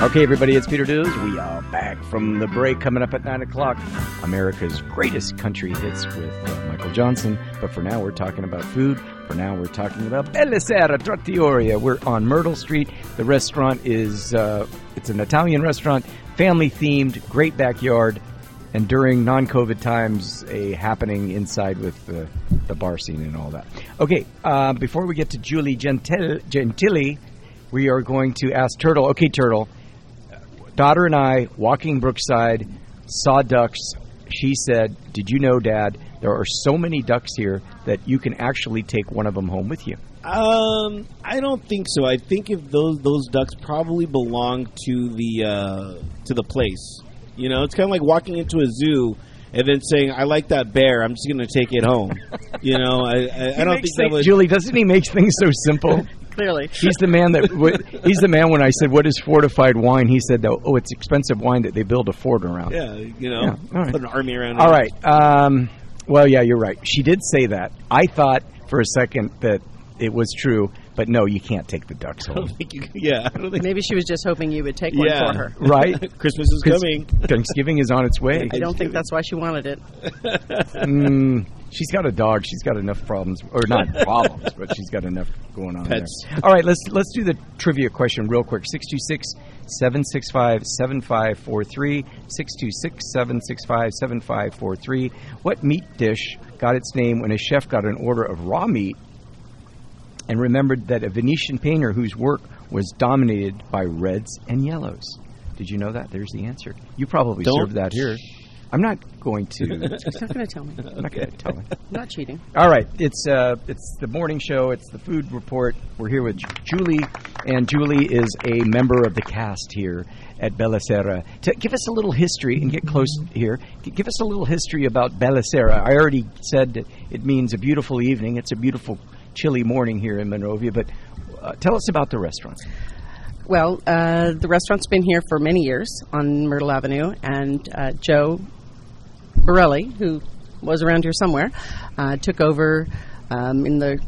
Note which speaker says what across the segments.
Speaker 1: Okay, everybody, it's Peter Dews. We are back from the break coming up at 9 o'clock. America's greatest country hits with uh, Michael Johnson. But for now, we're talking about food. For now, we're talking about Bellisera Trattoria. We're on Myrtle Street. The restaurant is, uh, it's an Italian restaurant, family themed, great backyard, and during non COVID times, a happening inside with the, the bar scene and all that. Okay, uh, before we get to Julie Gentil- Gentili, we are going to ask Turtle. Okay, Turtle, daughter and I walking Brookside saw ducks. She said, "Did you know, Dad? There are so many ducks here that you can actually take one of them home with you."
Speaker 2: Um, I don't think so. I think if those those ducks probably belong to the uh, to the place. You know, it's kind of like walking into a zoo and then saying, "I like that bear. I'm just going to take it home." you know, I I, I don't think that would.
Speaker 1: Julie doesn't he make things so simple?
Speaker 3: Clearly.
Speaker 1: He's the man that w- he's the man. When I said, "What is fortified wine?" He said, "Oh, it's expensive wine that they build a fort around."
Speaker 2: yeah, you know,
Speaker 1: Yeah, all right.
Speaker 2: put an army around.
Speaker 1: All
Speaker 2: it.
Speaker 1: right. Um, well, yeah, you're right. She did say that. I thought for a second that it was true, but no, you can't take the ducks
Speaker 2: I
Speaker 1: home.
Speaker 2: don't think you. Can, yeah, I don't think.
Speaker 3: Maybe she was just hoping you would take one
Speaker 2: Yeah.
Speaker 3: for her.
Speaker 1: right?
Speaker 2: Christmas is
Speaker 1: 'Cause
Speaker 2: coming.
Speaker 1: Thanksgiving is on its way.
Speaker 3: I don't think that's why she wanted it.
Speaker 1: Mm, she's got a dog. She's got enough problems, or not problems, but she's got enough going on
Speaker 2: Pets.
Speaker 1: there. All right, let's let's do the trivia question real quick. 626-765-7543. 626-765-7543. What meat dish got its name when a chef got an order of raw meat and remembered that a Venetian painter whose work was dominated by reds and yellows? Did you know that? There's the answer. You probably
Speaker 2: Don't-
Speaker 1: served that here. I'm not going to
Speaker 3: She's not going to tell me.
Speaker 1: I'm not going to tell him.
Speaker 3: I'm not cheating.
Speaker 1: All right, it's uh, it's the morning show. It's the food report. We're here with Ju- Julie, and Julie is a member of the cast here at Bellicera. To give us a little history and get close here, g- give us a little history about Bellicera. I already said that it means a beautiful evening. It's a beautiful chilly morning here in Monrovia, but. Uh, tell us about the restaurant.
Speaker 3: Well, uh, the restaurant's been here for many years on Myrtle Avenue, and uh, Joe Borelli, who was around here somewhere, uh, took over um, in the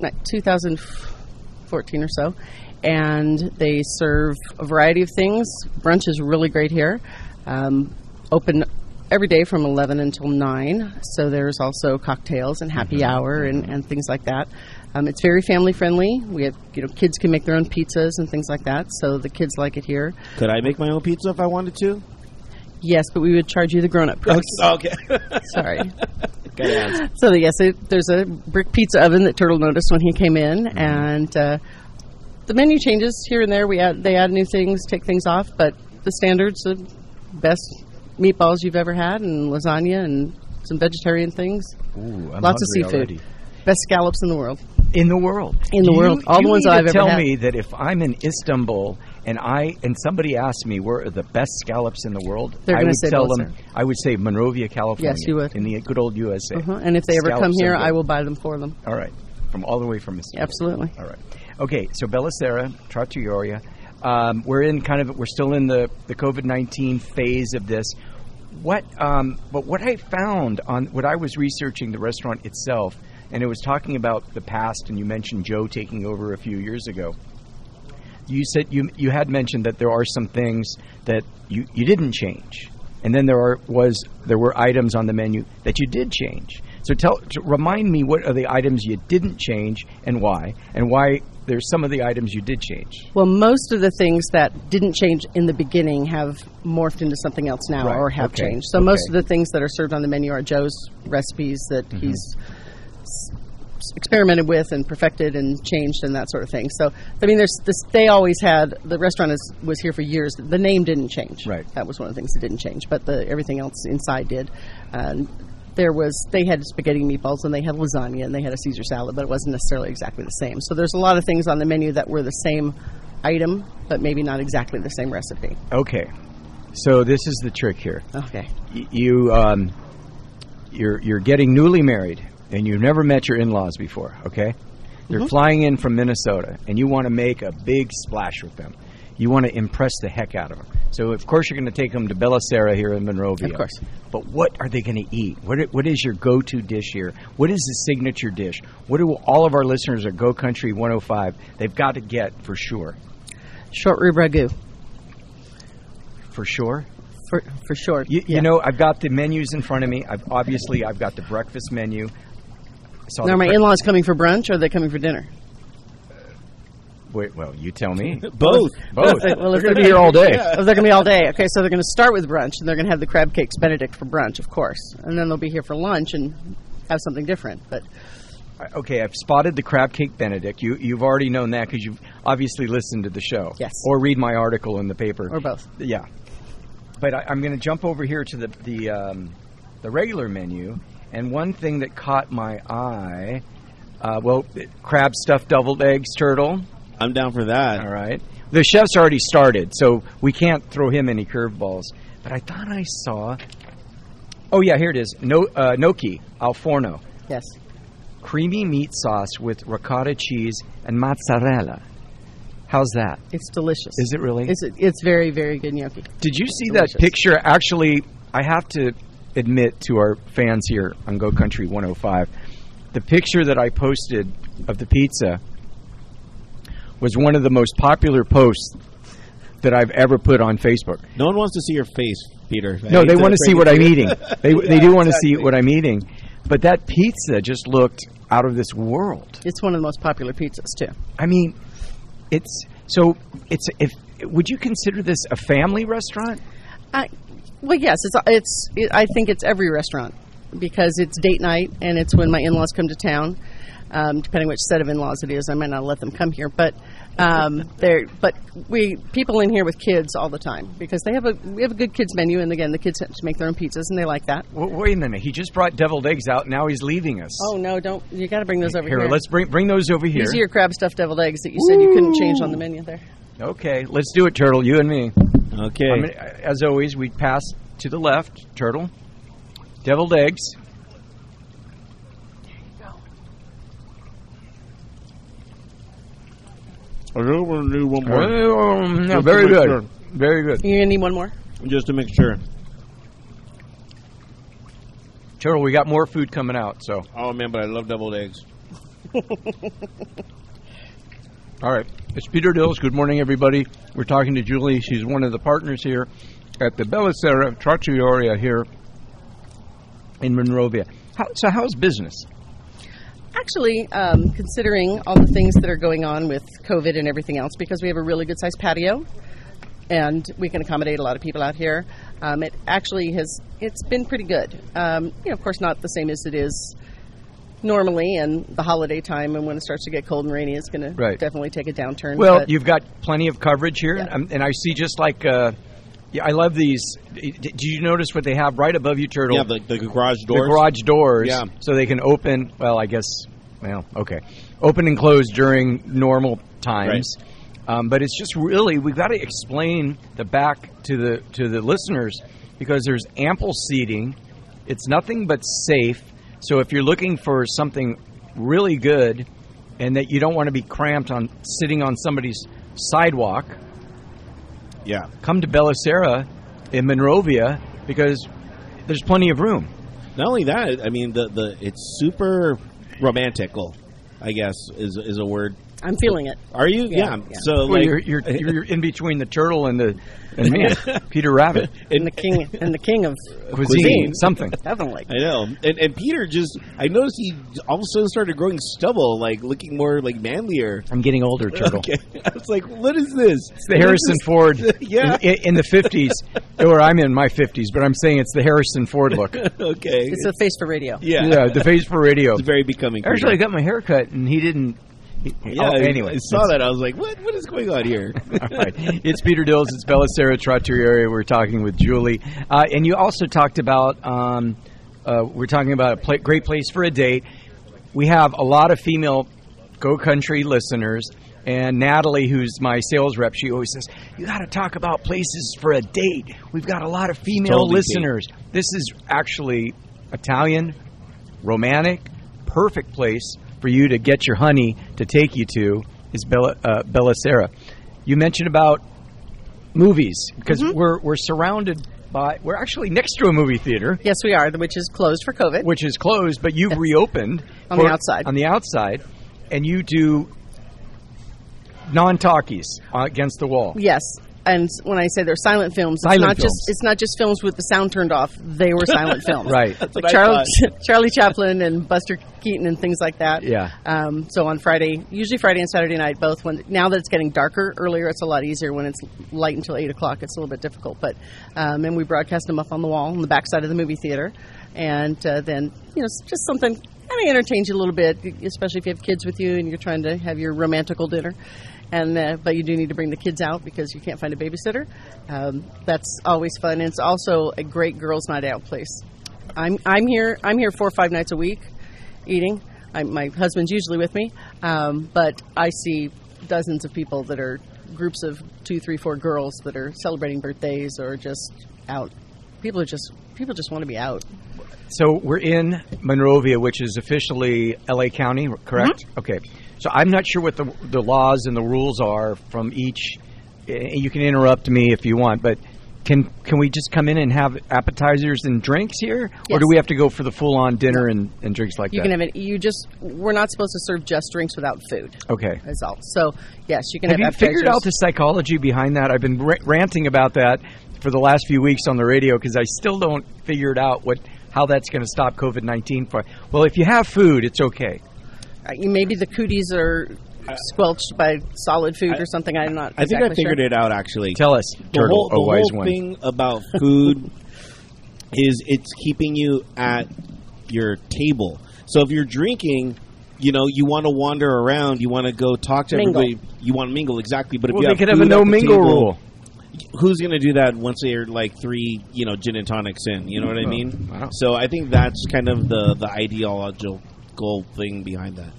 Speaker 3: like, 2014 or so, and they serve a variety of things. Brunch is really great here. Um, open every day from 11 until 9, so there's also cocktails and happy hour and, and things like that. Um, it's very family friendly. We have, you know, kids can make their own pizzas and things like that, so the kids like it here.
Speaker 2: Could I make my own pizza if I wanted to?
Speaker 3: Yes, but we would charge you the grown up price.
Speaker 2: Okay.
Speaker 3: Sorry.
Speaker 2: Gotta ask.
Speaker 3: So yes, it, there's a brick pizza oven that Turtle noticed when he came in,
Speaker 1: Mm-hmm.
Speaker 3: and uh, the menu changes here and there. We add they add new things, take things off, but the standards the best meatballs you've ever had, and lasagna, and some vegetarian things,
Speaker 1: Ooh, I'm
Speaker 3: lots of
Speaker 1: hungry
Speaker 3: seafood,
Speaker 1: already.
Speaker 3: best scallops in the world.
Speaker 1: in the world.
Speaker 3: In the
Speaker 1: Do you-
Speaker 3: world. All
Speaker 1: you
Speaker 3: the ones
Speaker 1: mean
Speaker 3: that
Speaker 1: to
Speaker 3: I've ever
Speaker 1: tell
Speaker 3: had.
Speaker 1: me that if I'm in Istanbul and I and somebody asks me where are the best scallops in the world,
Speaker 3: They're
Speaker 1: I
Speaker 3: gonna
Speaker 1: would
Speaker 3: say
Speaker 1: tell
Speaker 3: Bel
Speaker 1: them I would say Monrovia, California.
Speaker 3: you would.
Speaker 1: in the good old USA.
Speaker 3: Uh-huh. And if they ever come
Speaker 1: Scallops
Speaker 3: here,
Speaker 1: are good.
Speaker 3: I will buy them for them.
Speaker 1: All right, from all the way from Istanbul.
Speaker 3: Absolutely.
Speaker 1: All right. Okay, so Bellicera, Trattoria. Um, we're in kind of we're still in the the COVID nineteen phase of this. What um, but what I found on what I was researching the restaurant itself, and it was talking about the past, and you mentioned Joe taking over a few years ago. You said you you had mentioned that there are some things that you, you didn't change, and then there are was there were items on the menu that you did change. So tell to remind me what are the items you didn't change and why, and why there's some of the items you did change.
Speaker 3: Well, most of the things that didn't change in the beginning have morphed into something else now
Speaker 1: Right,
Speaker 3: or have
Speaker 1: okay,
Speaker 3: changed. So most
Speaker 1: okay. Mm-hmm.
Speaker 3: of the things that are served on the menu are Joe's recipes that he's s- s- experimented with and perfected and changed and that sort of thing. So I mean there's this they always had the restaurant is, was here for years. The name didn't change.
Speaker 1: Right.
Speaker 3: That was one of the things that didn't change, but the everything else inside did. Um, there was they had spaghetti and meatballs and they had lasagna and they had a Caesar salad, but it wasn't necessarily exactly the same. So there's a lot of things on the menu that were the same item, but maybe not exactly the same recipe.
Speaker 1: Okay, so this is the trick here.
Speaker 3: Okay.
Speaker 1: Y- you um, you're you're getting newly married and you've never met your in-laws before okay they're
Speaker 3: Mm-hmm.
Speaker 1: flying in from minnesota and you want to make a big splash with them you want to impress the heck out of them so of course you're going to take them to Bellicera here in monrovia
Speaker 3: Of course.
Speaker 1: but what are they going to eat what, i- what is your go-to dish here what is the signature dish what do all of our listeners at oh go country 105 they've got to get for sure
Speaker 3: Short rib ragu.
Speaker 1: for sure.
Speaker 3: for for sure.
Speaker 1: You, you
Speaker 3: Yeah.
Speaker 1: know, I've got the menus in front of me. I've obviously I've got the breakfast menu. I saw
Speaker 3: Now, are
Speaker 1: the
Speaker 3: my
Speaker 1: bre-
Speaker 3: in laws coming for brunch or are they coming for dinner?
Speaker 1: Wait, well, you tell me.
Speaker 2: Both.
Speaker 1: Both.
Speaker 3: Well, if
Speaker 1: They're
Speaker 3: they're
Speaker 1: going to be here all day.
Speaker 3: Oh, they're going to be all day. Okay, so they're going to start with brunch and they're going to have the crab cakes Benedict for brunch, of course. And then they'll be here for lunch and have something different. But
Speaker 1: Okay, I've spotted the crab cake Benedict. You you've already known that because you've obviously listened to the show.
Speaker 3: Yes.
Speaker 1: Or read my article in the paper.
Speaker 3: Or both.
Speaker 1: Yeah. But I, I'm going to jump over here to the the um, the regular menu, and one thing that caught my eye, uh, well, crab stuffed deviled eggs, turtle.
Speaker 2: I'm down for that.
Speaker 1: All right. The chef's already started, so we can't throw him any curveballs. But I thought I saw. Oh yeah, here it is. No, uh, gnocchi al forno,
Speaker 3: yes,
Speaker 1: creamy meat sauce with ricotta cheese and mozzarella. How's that?
Speaker 3: it's delicious.
Speaker 1: Is it really?
Speaker 3: It's, it's very, very good gnocchi.
Speaker 1: Did you see
Speaker 3: Delicious.
Speaker 1: that picture? Actually, I have to admit to our fans here on Go Country 105, the picture that I posted of the pizza was one of the most popular posts that I've ever put on Facebook.
Speaker 2: No one wants to see your face, Peter. I
Speaker 1: no,
Speaker 2: hate
Speaker 1: they want to see
Speaker 2: break
Speaker 1: what
Speaker 2: it
Speaker 1: I'm eating. They they do want to see
Speaker 2: exactly.
Speaker 1: what I'm eating, but that pizza just looked out of this world.
Speaker 3: It's one of the most popular pizzas, too.
Speaker 1: I mean, it's so it's if would you consider this a family restaurant?
Speaker 3: I, well, yes, it's it's. It, I think it's every restaurant because it's date night and it's when my in-laws come to town. Um, depending which set of in-laws it is, I might not let them come here, but um, they're but we people in here with kids all the time because they have a we have a good kids menu and again the kids have to make their own pizzas and they like that.
Speaker 1: W- wait a minute, he just brought deviled eggs out. Now he's leaving us.
Speaker 3: Oh no, don't you got to bring those over
Speaker 1: here,
Speaker 3: here.
Speaker 1: let's bring bring those over here.
Speaker 3: These are your crab stuffed deviled eggs that you said you couldn't change on the menu there.
Speaker 1: Okay, let's do it, Turtle. You and me.
Speaker 2: Okay.
Speaker 1: I mean, as always, we pass to the left, Turtle. Deviled eggs.
Speaker 2: I really want to do one more.
Speaker 1: Um, yeah,
Speaker 2: Just
Speaker 1: very
Speaker 2: to make
Speaker 1: good.
Speaker 2: sure.
Speaker 1: Very good.
Speaker 3: You're gonna need one more.
Speaker 2: Just to make sure.
Speaker 1: Turtle, we got more food coming out. So,
Speaker 2: Oh, man, but I love deviled eggs.
Speaker 1: all right. It's Peter Dills. Good morning, everybody. We're talking to Julie. She's one of the partners here at the Bellicera Trattoria here in Monrovia. How, so, how's business?
Speaker 3: Actually, um, considering all the things that are going on with COVID and everything else, because we have a really good sized patio and we can accommodate a lot of people out here, um, it actually has it's been pretty good. Um, you know, of course, not the same as it is normally, and the holiday time and when it starts to get cold and rainy, it's going
Speaker 1: Right.
Speaker 3: to definitely take a downturn.
Speaker 1: Well,
Speaker 3: but-
Speaker 1: you've got plenty of coverage here,
Speaker 3: Yeah.
Speaker 1: um, and I see just like uh, yeah, I love these. D- Did you notice what they have right above you, Turtle?
Speaker 2: Yeah, the, the garage
Speaker 1: The
Speaker 2: doors.
Speaker 1: garage doors,
Speaker 2: Yeah.
Speaker 1: so they can open. Well, I guess. Well, okay, open and close during normal times. Um, but it's just really we've got to explain the back to the to the listeners because there's ample seating. It's nothing but safe. So if you're looking for something really good and that you don't want to be cramped on sitting on somebody's sidewalk,
Speaker 2: Yeah.
Speaker 1: come to Bellicera in Monrovia because there's plenty of room.
Speaker 2: Not only that, I mean, the, the it's super romantical, I guess, is, is a word.
Speaker 3: I'm feeling it.
Speaker 2: Are you? Yeah.
Speaker 3: Yeah, yeah.
Speaker 2: So,
Speaker 1: Well, eh,
Speaker 2: like,
Speaker 1: you're, you're, you're in between the turtle and the and me, Peter Rabbit
Speaker 3: And the king and the king of
Speaker 1: cuisine,
Speaker 2: Cuisine.
Speaker 1: something.
Speaker 3: heavenly.
Speaker 2: I know. And, and Peter just, I noticed he all of a sudden started growing stubble, like looking more like manlier.
Speaker 1: I'm getting older, turtle.
Speaker 2: Okay. I was like, what is this?
Speaker 1: It's the Harrison Ford
Speaker 2: Yeah.
Speaker 1: in, in the 50s, or I'm in my 50s, but I'm saying it's the Harrison Ford look.
Speaker 2: okay.
Speaker 3: It's a face for radio.
Speaker 2: yeah.
Speaker 1: yeah, the face for radio.
Speaker 2: It's very becoming. Peter.
Speaker 1: Actually, I got my hair cut, and he didn't. He,
Speaker 2: Yeah,
Speaker 1: oh,
Speaker 2: I-
Speaker 1: anyway,
Speaker 2: I saw that. I was like, "What? What is going on here?"
Speaker 1: All right. It's Peter Dills. It's Bellicera Trattoria. We're talking with Julie. Uh, and you also talked about, um, uh, we're talking about a pla great place for a date. We have a lot of female Go Country listeners. And Natalie, who's my sales rep, she always says, You got to talk about places for a date. We've got a lot of female
Speaker 2: Totally, Pete.
Speaker 1: listeners. This is actually Italian, romantic, perfect place for you to get your honey to take you to is Bella, uh, Bellicera. You mentioned about movies because we're we're surrounded by we're actually next to a movie theater
Speaker 3: Yes, we are, which is closed for COVID.
Speaker 1: which is closed, but you've reopened
Speaker 3: On the outside.
Speaker 1: On the outside, and you do non talkies uh, against the wall.
Speaker 3: Yes, and s- when I say they're silent films, it's
Speaker 1: Silent
Speaker 3: not
Speaker 1: films.
Speaker 3: just it's not just films with the sound turned off. They were silent films,
Speaker 1: Right.
Speaker 2: what I
Speaker 3: Charlie, Charlie Chaplin and Buster Keaton and things like that.
Speaker 1: Yeah.
Speaker 3: Um, so on Friday, usually Friday and Saturday night, both. When now that it's getting darker earlier, it's a lot easier. When it's light until eight o'clock, it's a little bit difficult. But um, and we broadcast them up on the wall on the backside of the movie theater, and uh, then you know it's just something kind of entertains you a little bit, e, especially if you have kids with you and you're trying to have your romantical dinner. And uh, but you do need to bring the kids out because you can't find a babysitter. Um, that's always fun, and it's also a great girls' night out place. I'm I'm here I'm here four or five nights a week eating. I, my husband's usually with me, um, but I see dozens of people that are groups of two, three, four girls that are celebrating birthdays or just out. People are just people just want to be out.
Speaker 1: So we're in Monrovia, which is officially LA County, correct?
Speaker 3: Mm-hmm.
Speaker 1: Okay. So I'm not sure what the, the laws and the rules are from each. eh, You can interrupt me if you want, but can can we just come in and have appetizers and drinks here, or do
Speaker 3: Yes.
Speaker 1: we have to go for the full on dinner and, and drinks like
Speaker 3: You
Speaker 1: that?
Speaker 3: can have it. You just we're not supposed to serve just drinks without food.
Speaker 1: okay.
Speaker 3: Is all. So yes, you can
Speaker 1: Have
Speaker 3: have.
Speaker 1: you figured
Speaker 3: appetizers.
Speaker 1: out the psychology behind that? I've been r- ranting about that for the last few weeks on the radio because I still don't figure it out what how that's going to stop COVID nineteen. For well, if you have food, it's okay.
Speaker 3: Uh, you- maybe the cooties are squelched by solid food or something. I'm not.
Speaker 2: I think I
Speaker 3: exactly
Speaker 2: figured
Speaker 3: sure.
Speaker 2: it out actually.
Speaker 1: Tell us,
Speaker 2: the
Speaker 1: Turtle,
Speaker 2: whole, the
Speaker 1: a wise
Speaker 2: whole
Speaker 1: one.
Speaker 2: thing about food is it's keeping you at your table. So if you're drinking, you know you want to wander around, you want to go talk to
Speaker 3: Mingle.
Speaker 2: everybody, you want to mingle exactly. But if
Speaker 1: Well,
Speaker 2: you
Speaker 1: they
Speaker 2: have
Speaker 1: could have a
Speaker 2: food at
Speaker 1: no
Speaker 2: the
Speaker 1: mingle
Speaker 2: table,
Speaker 1: rule.
Speaker 2: who's going to do that once they're like three, you know, gin and tonics in? You know what I mean?
Speaker 1: wow.
Speaker 2: So I think that's kind of the the ideological thing behind that.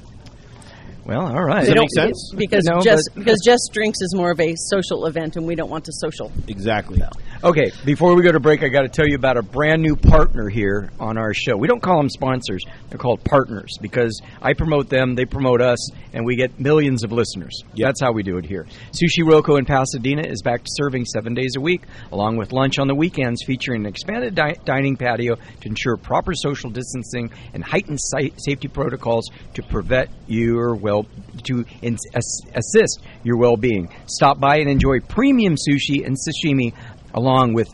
Speaker 1: Well, all right.
Speaker 2: Does that
Speaker 3: They
Speaker 2: make
Speaker 3: don't-
Speaker 2: sense?
Speaker 3: because
Speaker 1: No,
Speaker 3: just
Speaker 1: but-
Speaker 3: because just drinks is more of a social event, and we don't want to social.
Speaker 2: Exactly.
Speaker 1: Okay, before we go to break, I got to tell you about a brand new partner here on our show. We don't call them sponsors; they're called partners because I promote them, they promote us, and we get millions of listeners. That's how we do it here. Sushi Roco in Pasadena is back to serving seven days a week, along with lunch on the weekends, featuring an expanded di- dining patio to ensure proper social distancing and heightened si- safety protocols to prevent your well to in- ass- assist your well-being. Stop by and enjoy premium sushi and sashimi along with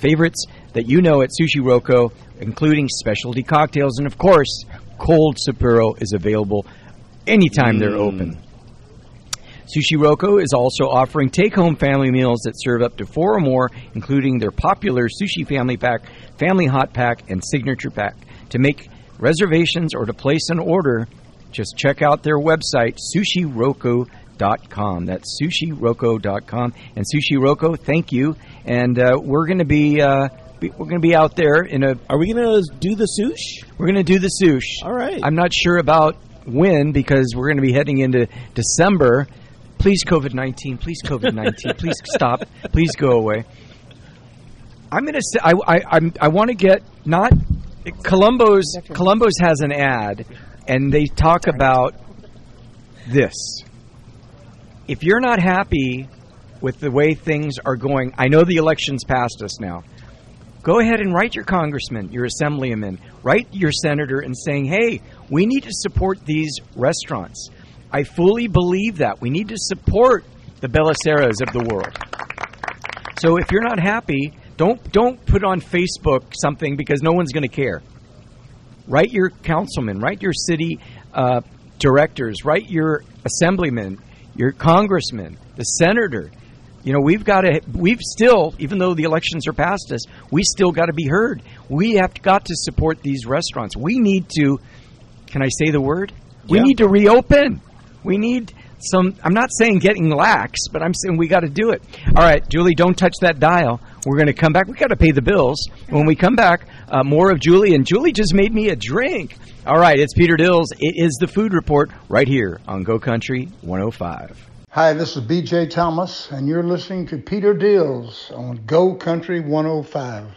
Speaker 1: favorites that you know at Sushi Roco, including specialty cocktails. And of course, cold Sapporo is available anytime they're open. Sushi Roco is also offering take home family meals that serve up to four or more, including their popular Sushi Family Pack, Family Hot Pack, and Signature Pack. To make reservations or to place an order, just check out their website, sushiroko.com. That's sushiroko.com. And Sushi Roco, thank you. And uh, we're going to be. Uh, be- we're going to be out there in a.
Speaker 2: Are we going to do the sush?
Speaker 1: We're going to do the sush.
Speaker 2: All right.
Speaker 1: I'm not sure about when because we're going to be heading into December. Please, COVID 19. Please, COVID 19. please stop. Please go away. I'm going to say, I, I, I'm, I want to get not. Columbo's, Columbo's has an ad, and they talk about this. If you're not happy with the way things are going, I know the election's past us now go ahead and write your congressman, your assemblyman, write your senator and saying, hey, we need to support these restaurants. I fully believe that. We need to support the Beliceras of the world. So if you're not happy, don't don't put on Facebook something because no one's going to care. Write your councilman, write your city uh, directors, write your assemblyman, your congressman, the senator. You know, we've got to, we've still, even though the elections are past us, we still got to be heard. We have got to support these restaurants. We need to, can I say the word? We
Speaker 2: Yeah.
Speaker 1: need to reopen. We need some, I'm not saying getting lax, but I'm saying we got to do it. All right, Julie, don't touch that dial. We're going to come back. we got to pay the bills. When we come back, uh, more of Julie. And Julie just made me a drink. All right, it's Peter Dills. It is the Food Report right here on Go Country 105.
Speaker 4: Hi, this is oh BJ Thomas, and you're listening to Peter Dills on Go Country 105.